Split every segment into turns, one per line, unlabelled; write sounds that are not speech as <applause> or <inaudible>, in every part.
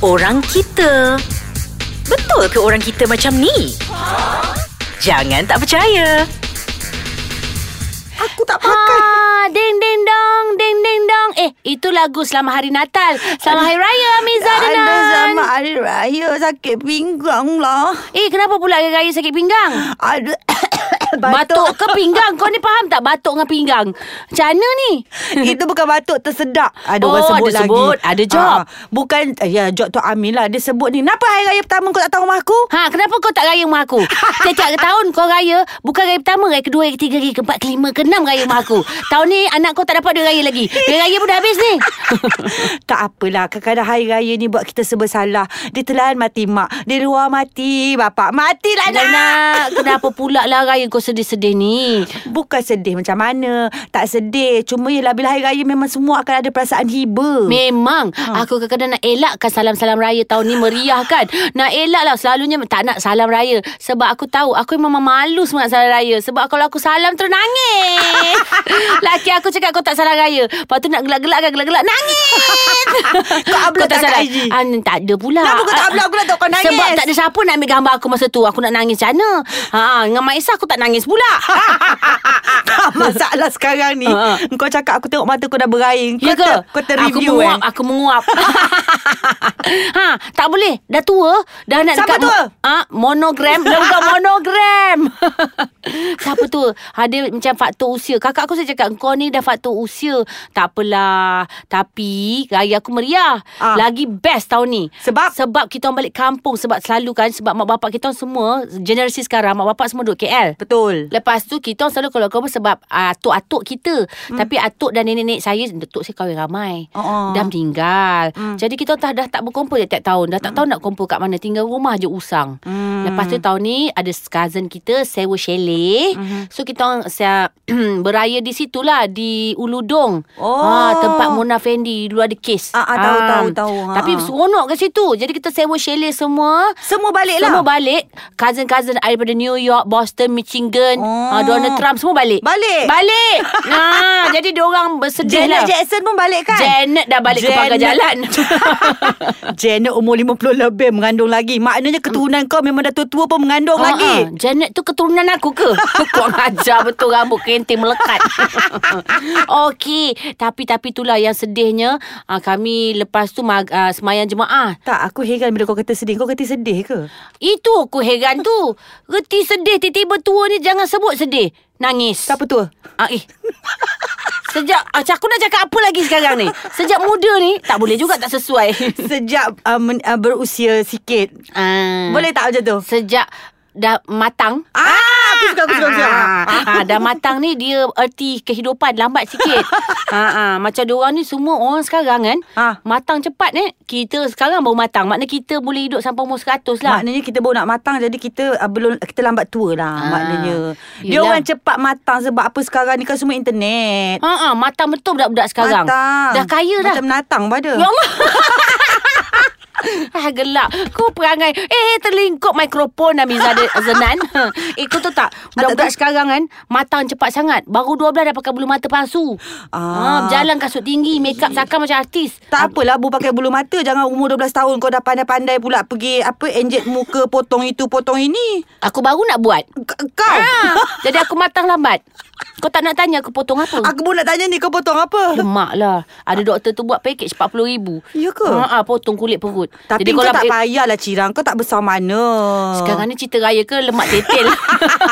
orang kita. Betul ke orang kita macam ni? Jangan tak percaya.
Aku tak pakai.
Ah, ding ding dong, ding ding dong. Eh, itu lagu Selamat Hari Natal. Selamat Hari Raya, Amiza dan
Ada
Nan.
sama hari raya sakit pinggang lah.
Eh, kenapa pula gaya sakit pinggang?
Ada <coughs>
Batuk. ke pinggang? Kau ni faham tak batuk dengan pinggang? Macam mana ni?
<laughs> Itu bukan batuk tersedak. Ada
Oh,
orang sebut
ada
lagi.
sebut. Ada job.
Ah, bukan ya job tu Amin lah. Dia sebut ni. Kenapa hari raya pertama kau tak tahu rumah
<laughs>
aku?
Ha, kenapa kau tak raya rumah aku? Setiap tahun kau raya, bukan raya pertama, raya kedua, raya ketiga, raya keempat, kelima, keenam raya rumah aku. Tahun ni anak kau tak dapat dia raya lagi. Dia raya pun dah habis ni.
tak apalah Kadang-kadang hari raya ni Buat kita serba salah Dia telan mati mak Dia luar mati bapak Matilah nak
Nak, kenapa pula lah raya kau sedih-sedih ni?
Bukan sedih macam mana Tak sedih Cuma yelah Bila hari raya memang semua Akan ada perasaan hiba
Memang ha. Aku kadang-kadang nak elakkan Salam-salam raya tahun ni meriah kan Nak elak lah Selalunya tak nak salam raya Sebab aku tahu Aku memang malu semangat salam raya Sebab kalau aku salam terus
<laughs>
nangis Laki aku cakap kau tak salam raya Lepas tu nak gelak-gelak kan Gelak-gelak nangis
<laughs> Kau upload tak kat IG?
Ah, tak ada pula
Kenapa kau tak
Ah,
upload pula tak kau nangis?
Sebab tak ada siapa nak ambil gambar aku masa tu Aku nak nangis macam mana ha, Dengan Mak Isah aku tak nangis pula
Tak Ah, masalah sekarang ni
Ha, ha.
Kau cakap aku tengok mata kau dah berair Kau,
Ya ke?
ter, kau terreview
aku menguap,
eh
Aku
<laughs>
menguap, ha, tak boleh. Dah tua, dah nak
Siapa
dekat
tua?
ah, monogram, dah bukan monogram. <laughs> Siapa tua? Ada macam faktor usia. Kakak aku saya cakap kau ni dah faktor usia. Tak apalah. Tapi raya aku meriah.
Ah.
Lagi best tahun ni.
Sebab?
Sebab kita orang balik kampung sebab selalu kan sebab mak bapak kita orang semua generasi sekarang mak bapak semua duduk KL.
Betul
Lepas tu kita orang selalu kalau kau sebab uh, atuk-atuk kita. Hmm. Tapi atuk dan nenek-nenek saya atuk saya kahwin ramai.
Oh.
Dah meninggal. Hmm. Jadi kita orang dah, dah tak berkumpul tiap tahun.
Hmm.
Dah tak tahu nak kumpul kat mana. Tinggal rumah je usang. Hmm. Lepas tu tahun ni ada cousin kita sewa chalet. Hmm. So kita orang saya, <clears throat> beraya di situ lah di Uludong.
Oh.
Ah, tempat Mona Fendi dulu ada kes.
Ah, ah, tahu, tahu, tahu. Ah,
Tapi
ah.
seronok kat situ. Jadi kita sewa chalet semua.
Semua balik lah
Semua balik Cousin-cousin I daripada New York Boston Michigan
Oh.
oh. uh, Donald Trump Semua balik
Balik? <laughs>
Balik nah, Jadi diorang bersedih
Janet
lah
Jackson pun balik kan
Janet dah balik ke pagar
<laughs>
jalan
Janet umur 50 lebih Mengandung lagi Maknanya keturunan kau Memang dah tua-tua pun mengandung
Ah,
lagi
ah. Janet tu keturunan aku ke? Kau <laughs> ngajar betul rambut kerinting melekat. <laughs> Okey, tapi tapi itulah yang sedihnya ah, kami lepas tu mag, ah, semayang jemaah.
Tak aku heran bila kau kata sedih Kau kata sedih ke?
Itu aku heran tu. Reti sedih tiba-tiba tua ni jangan sebut sedih. Nangis.
Siapa tua?
Ah, eh. Sejak Macam aku nak cakap apa lagi sekarang ni Sejak muda ni Tak boleh juga tak sesuai
<laughs> Sejak uh, men, uh, berusia sikit
ah,
Boleh tak macam tu?
Sejak Dah matang
Ah, aku suka, aku suka, aku suka.
Ah, ah, dah matang ni dia erti kehidupan lambat
<laughs>
sikit. ah, ah, macam diorang ni semua orang sekarang kan.
Ah.
Matang cepat eh. Kita sekarang baru matang. Makna kita boleh hidup sampai umur 100 lah.
Maknanya kita baru nak matang jadi kita uh, belum kita lambat tua lah
Ah,
maknanya. Dia
yelah.
orang cepat matang sebab apa sekarang ni kan semua internet.
Ha ah, matang betul budak-budak sekarang.
Matang.
Dah kaya dah.
Macam menatang pada.
Ya Allah. <laughs> Ah gelak Kau perangai Eh terlingkup mikrofon
<laughs>
Amiza de- Zenan Eh kau tahu tak Budak-budak sekarang kan Matang cepat sangat Baru 12 dah pakai bulu mata palsu
Ah.
ah. Berjalan kasut tinggi Make up seakan macam artis
Tak apalah bu pakai bulu mata Jangan umur 12 tahun Kau dah pandai-pandai pula Pergi apa Enjet muka Potong itu Potong ini
Aku baru nak buat
K- Kau
ah. Jadi aku matang lambat Kau tak nak tanya Aku potong apa
<laughs> Aku pun nak tanya ni Kau potong apa
Lemak lah Ada doktor tu buat package RM40,000
Ya ke?
ha, Potong kulit perut
Tapi
Jadi
kau
kalau
tak
eh,
payahlah Cirang Kau tak besar mana
Sekarang ni cerita raya ke Lemak tetel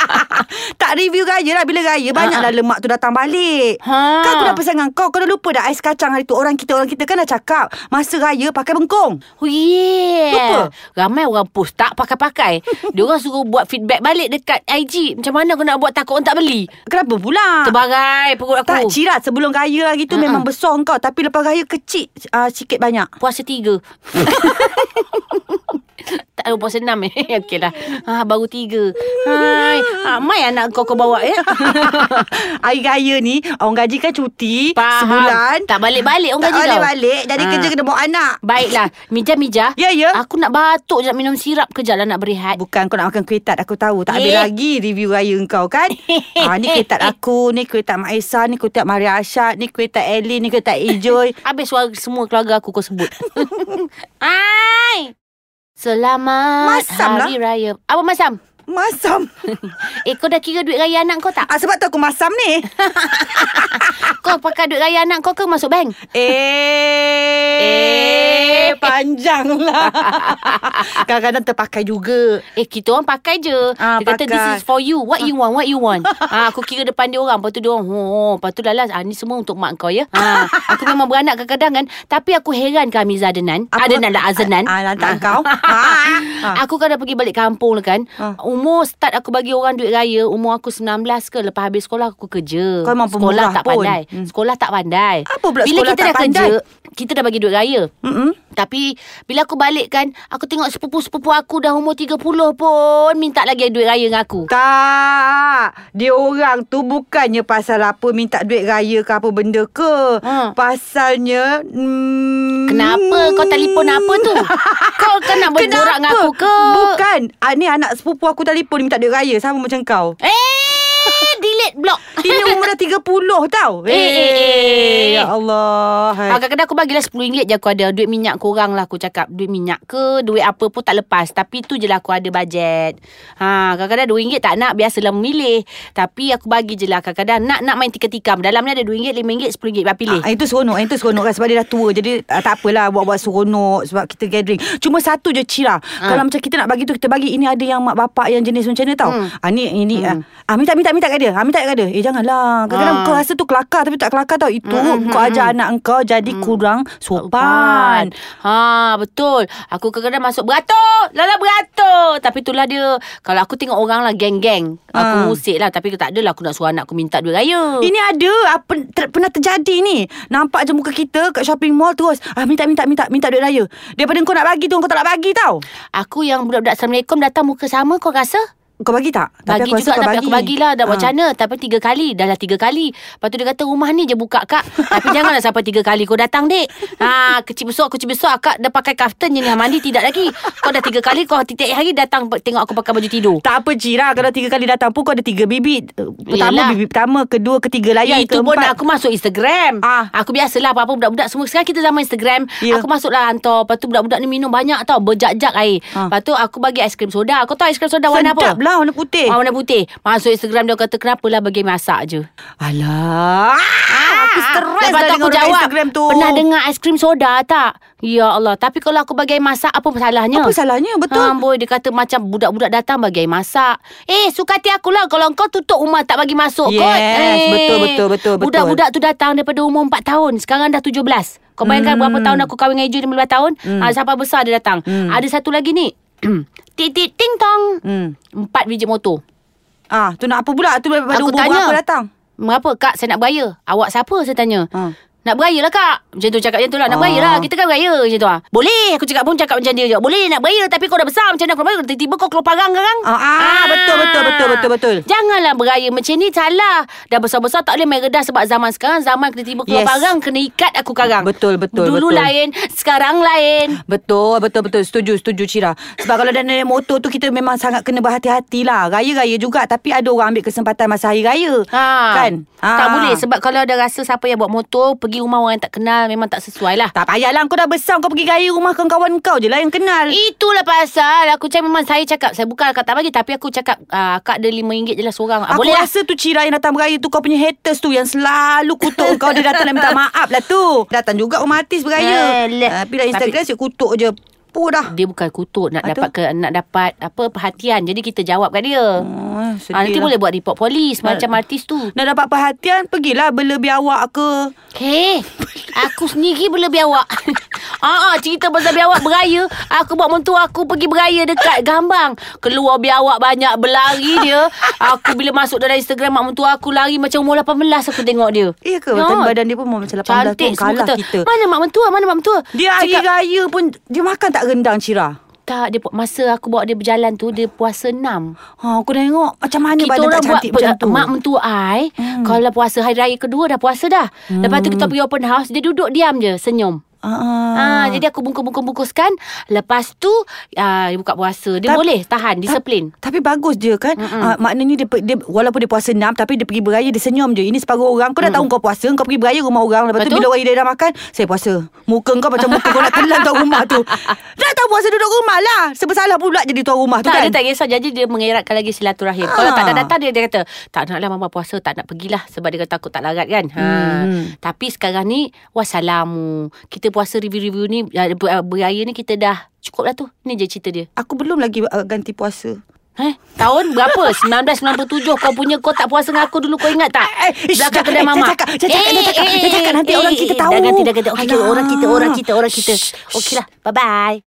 <laughs> Tak review raya lah Bila raya Banyaklah lemak tu datang balik
Ah. Ha.
Kan aku dah pesan dengan kau Kau dah lupa dah Ais kacang hari tu Orang kita Orang kita kan dah cakap Masa raya pakai bengkong
Oh yeah
Lupa?
Ramai orang post tak
<laughs>
pakai-pakai Dia orang suruh buat feedback balik dekat IG Macam mana aku nak buat takut orang tak beli
Kenapa pula
Terbarai perut aku
Ah. Tak cirat sebelum raya lagi tu
Ha-ha.
Memang besar kau Tapi lepas raya kecil uh, Sikit banyak
<laughs> Puasa tiga Tak ada puasa enam eh <laughs> Okey lah ha, Baru tiga Hai ha, Mai anak kau kau bawa
<laughs>
ya
Hari raya ni Orang gaji kan cuti
Faham
Sebulan
Tak balik-balik orang
tak
gaji
boleh
tau.
balik Jadi
Ha.
kerja kena bawa anak
Baiklah Mijah-mijah
Ya, ya.
Aku nak batuk je Nak minum sirap kejap lah nak berehat
Bukan kau nak makan kuih tart Aku tahu Tak
Eh.
habis lagi review raya kau
<laughs>
kan ha, Ni kuih tart aku Ni kuih tart Mak Aisyah Ni kuih tart Maria Asyad
<laughs>
Ni kuih tart Ellie Ni kuih tart Ijoy <laughs>
Habis suara semua keluarga aku kau sebut ah! Hai. Selamat
Masam lah.
Hari Raya. Apa masam?
Masam.
Eh, kau dah kira duit raya anak kau tak?
Ah, sebab tu aku masam
<laughs>
ni.
Kau pakai duit raya anak kau ke masuk bank?
Eh, panjang
<laughs>
lah. Kadang-kadang terpakai juga.
Eh, kita orang pakai je.
Ah,
dia kata,
pakai.
this is for you. What you want, what you
<laughs>
want. ah, aku kira depan dia orang. Lepas tu dia orang, oh, lepas tu lalas. Ah, ni semua untuk mak kau, ya? Ah, aku memang beranak kadang-kadang kan. Tapi aku heran kan, Miza Adenan.
Apa?
Adenan lah, Azenan.
Ah, lantak
<laughs>
kau. Ah. Ah.
Aku kan dah pergi balik kampung lah kan.
Ah.
Umur start aku bagi orang duit raya. Umur aku 19 ke. Lepas habis sekolah aku kerja.
Kau memang
sekolah
pemurah
tak
pun.
pandai.
Hmm.
Sekolah tak pandai.
Apa pula
Bila
sekolah
kita
tak
dah
pandai?
kerja, kita dah bagi duit raya.
Mm-mm.
Tapi bila aku balik kan Aku tengok sepupu-sepupu aku dah umur 30 pun Minta lagi duit raya dengan aku
Tak Dia orang tu bukannya pasal apa Minta duit raya ke apa benda ke
Ha.
Pasalnya hmm,
Kenapa kau telefon apa
<laughs>
tu? Kau kan nak berborak dengan aku ke?
Bukan ah, Ni anak sepupu aku telefon dia Minta duit raya Sama macam kau
Eh, delete block
Dia
<laughs>
umur dah 30 tau
Eh, eh, eh.
Ya Allah hai.
Ah, kadang-kadang aku bagilah RM10 je aku ada Duit minyak korang lah aku cakap Duit minyak ke Duit apa pun tak lepas Tapi tu je lah aku ada bajet ha, Kadang-kadang RM2 tak nak Biasalah memilih Tapi aku bagi je lah Kadang-kadang nak nak main tikam-tikam Dalam ni ada RM2, RM5, RM10 Biar pilih
Ah, itu seronok Itu seronok kan Sebab dia dah tua Jadi ah, tak apalah Buat-buat seronok Sebab kita gathering Cuma satu je
Ah.
Cira Kalau macam kita nak bagi tu Kita bagi ini ada yang Mak bapak yang jenis macam mana tau
Hmm.
ah, Ni ini ah, ah, Minta minta minta kat dia ah, Minta kat dia Eh janganlah Kadang-kadang
Ah.
kau rasa tu kelakar Tapi tak kelakar tau Itu
Mm, mm,
kau
mm,
ajar anak kau Jadi
Hmm.
kurang sopan
Ha betul. Aku kadang-kadang masuk beratur. Lala beratur. Tapi itulah dia. Kalau aku tengok orang lah geng-geng. Aku
Ha.
musik lah. Tapi tak adalah aku nak suruh anak aku minta duit raya.
Ini ada apa ter, pernah terjadi ni. Nampak je muka kita kat shopping mall terus. Ah minta minta minta minta duit raya. Daripada kau nak bagi tu kau tak nak bagi tau.
Aku yang budak-budak Assalamualaikum datang muka sama kau rasa?
Kau bagi tak?
Bagi
rasa
juga
kau
tapi aku bagilah dah buat
Ah.
macam mana tapi tiga kali dah lah tiga kali. Lepas tu dia kata rumah ni je buka kak.
<laughs>
tapi janganlah sampai tiga kali kau datang dek. Ha kecil besar kecil besar kak dah pakai kaftan je ni mandi tidak lagi. Kau dah tiga kali kau tiap hari datang tengok aku pakai baju tidur.
Tak apa Cira Kalau tiga kali datang pun Kau ada tiga bibit Eh, Pertama
Yelah.
bibit pertama Kedua ketiga layan
Ya, Itu pun
keempat.
aku masuk Instagram
Ah.
Aku biasalah Apa-apa budak-budak Semua sekarang kita zaman Instagram
Ya.
Aku masuklah hantar Lepas tu budak-budak ni minum banyak tau Berjak-jak air
Ah.
Lepas tu aku bagi aiskrim soda Kau tahu aiskrim soda warna
Sedap
apa?
lah warna putih
Ah, warna putih Masuk Instagram dia kata Kenapalah bagi masak je
Alah Aku stres
Lepas
lah dengan
tu Ah, aku
orang
jawab
Instagram tu
Pernah dengar aiskrim soda tak? Ya Allah Tapi kalau aku bagi air masak Apa masalahnya?
Apa salahnya
Ha,
betul
boy, dia kata macam budak-budak datang bagi air masak. Eh, suka hati akulah kalau kau tutup rumah tak bagi masuk
Yes,
kot.
betul,
eh,
betul, betul, betul.
Budak-budak tu datang daripada umur 4 tahun. Sekarang dah 17. Kau bayangkan
Hmm.
berapa tahun aku kahwin dengan Eju 15 tahun. Hmm. Ha, sampai besar dia datang.
Hmm.
Hmm. Ada satu lagi ni. <clears throat> Titik ting tong.
hmm.
Empat biji motor.
Ah, tu nak apa pula tu daripada
Aku
umur
tanya.
berapa datang?
Berapa kak saya nak beraya? Awak siapa saya tanya.
Ha.
Nak beraya lah kak Macam tu cakap macam tu lah Nak
Ah.
beraya lah Kita kan beraya macam tu lah Boleh Aku cakap pun cakap macam dia je Boleh nak beraya Tapi kau dah besar Macam mana kau nak beraya Tiba-tiba kau keluar parang sekarang
Ah, ah, betul, betul, betul, betul, betul.
Janganlah beraya Macam ni salah Dah besar-besar tak boleh main redah Sebab zaman sekarang Zaman tiba-tiba keluar
Yes.
parang Kena ikat aku karang
Betul, betul,
Dulu
betul.
lain Sekarang lain
Betul, betul, betul. Setuju, setuju Cira. Sebab kalau dah naik motor tu kita memang sangat kena berhati-hati lah. Raya-raya juga tapi ada orang ambil kesempatan masa hari raya.
Ah.
Kan?
Ha. Tak boleh Sebab kalau dah rasa Siapa yang buat motor Pergi rumah orang yang tak kenal Memang tak sesuai lah
Tak payahlah kau dah besar kau pergi raya rumah kawan-kawan kau je lah yang kenal.
Itulah pasal Aku cakap memang saya cakap Saya bukan akak tak bagi Tapi aku cakap ah, Akak ada RM5 je lah seorang ah,
Aku
Boleh
Boleh
lah
rasa tu Cira yang datang beraya tu Kau punya haters tu Yang selalu kutuk <laughs> kau Dia datang nak minta maaf lah tu Datang juga orang artis beraya Ah,
Alah.
Tapi dalam Instagram Tapi... kutuk je Puh dah
dia bukan kutuk nak
Aduh.
dapat ke, nak dapat apa perhatian jadi kita jawab kat dia
oh,
ha, nanti boleh buat report polis macam artis tu
Nak dapat perhatian Pergilah bela biawak ke
Hei, <laughs> aku sendiri boleh biawak. <laughs> Ah, ah, cerita pasal biawak beraya. Aku buat mentua aku pergi beraya dekat Gambang. Keluar biawak banyak berlari dia. Aku bila masuk dalam Instagram mak mentua aku lari macam umur 18 aku tengok dia.
Iya Eh, ke
Ya.
Tapi badan dia pun Macam 18
Cantik
pun Kalah
semua kata,
kita
Mana mak mentua, mana mak mentua?
Dia hari raya pun Dia makan tak rendang Cira
tak, dia, masa aku bawa dia berjalan tu, dia puasa enam.
Ha, aku tengok macam mana
kita
badan
orang
tak cantik
buat
macam
pe-
tu.
mak mentua I hmm. kalau puasa hari raya kedua dah puasa dah hmm. lepas tu kita pergi open house dia duduk diam je senyum
Ah, ah.
Ah, jadi aku bungkus-bungkus-bungkuskan Lepas tu ah, Dia buka puasa Dia
Tap-
boleh tahan Disiplin
Tapi bagus dia kan uh, Maknanya dia, pe- dia Walaupun dia puasa enam Tapi dia pergi beraya Dia senyum je Ini separuh orang Kau dah tahu kau puasa Kau pergi beraya rumah orang Lepas tu
Betul. <laughs>
bila orang dia dah makan Saya puasa Muka kau macam muka kau nak telan tau rumah tu Dah tak buat saya duduk rumah lah. Sebab salah pula jadi tuan rumah tu
tak,
kan.
dia tak kisah. Jadi dia mengeratkan lagi silaturahim.
Ah.
Kalau tak nak datang, dia, dia kata, tak naklah mama puasa, tak nak pergilah. Sebab dia kata takut tak larat kan. Ha.
Hmm.
Tapi sekarang ni, wassalamu. Kita puasa review-review ni, ah, ber- ah, beraya ni kita dah cukup lah tu. Ni je cerita dia.
Aku belum lagi uh, ganti puasa.
Eh, tahun
<laughs>
berapa? 1997 kau punya kau tak puasa dengan aku dulu kau ingat tak?
Eh, eh,
Belakang
ish,
kedai
eh,
mama. eh,
jangan cakap, jangan cakap, jangan cakap, jangan cakap. Nanti orang kita tahu.
Dah ganti, dah ganti. Okey, okey,
Alah.
orang kita, orang kita, orang kita.
Shh, shh.
Okeylah, bye-bye.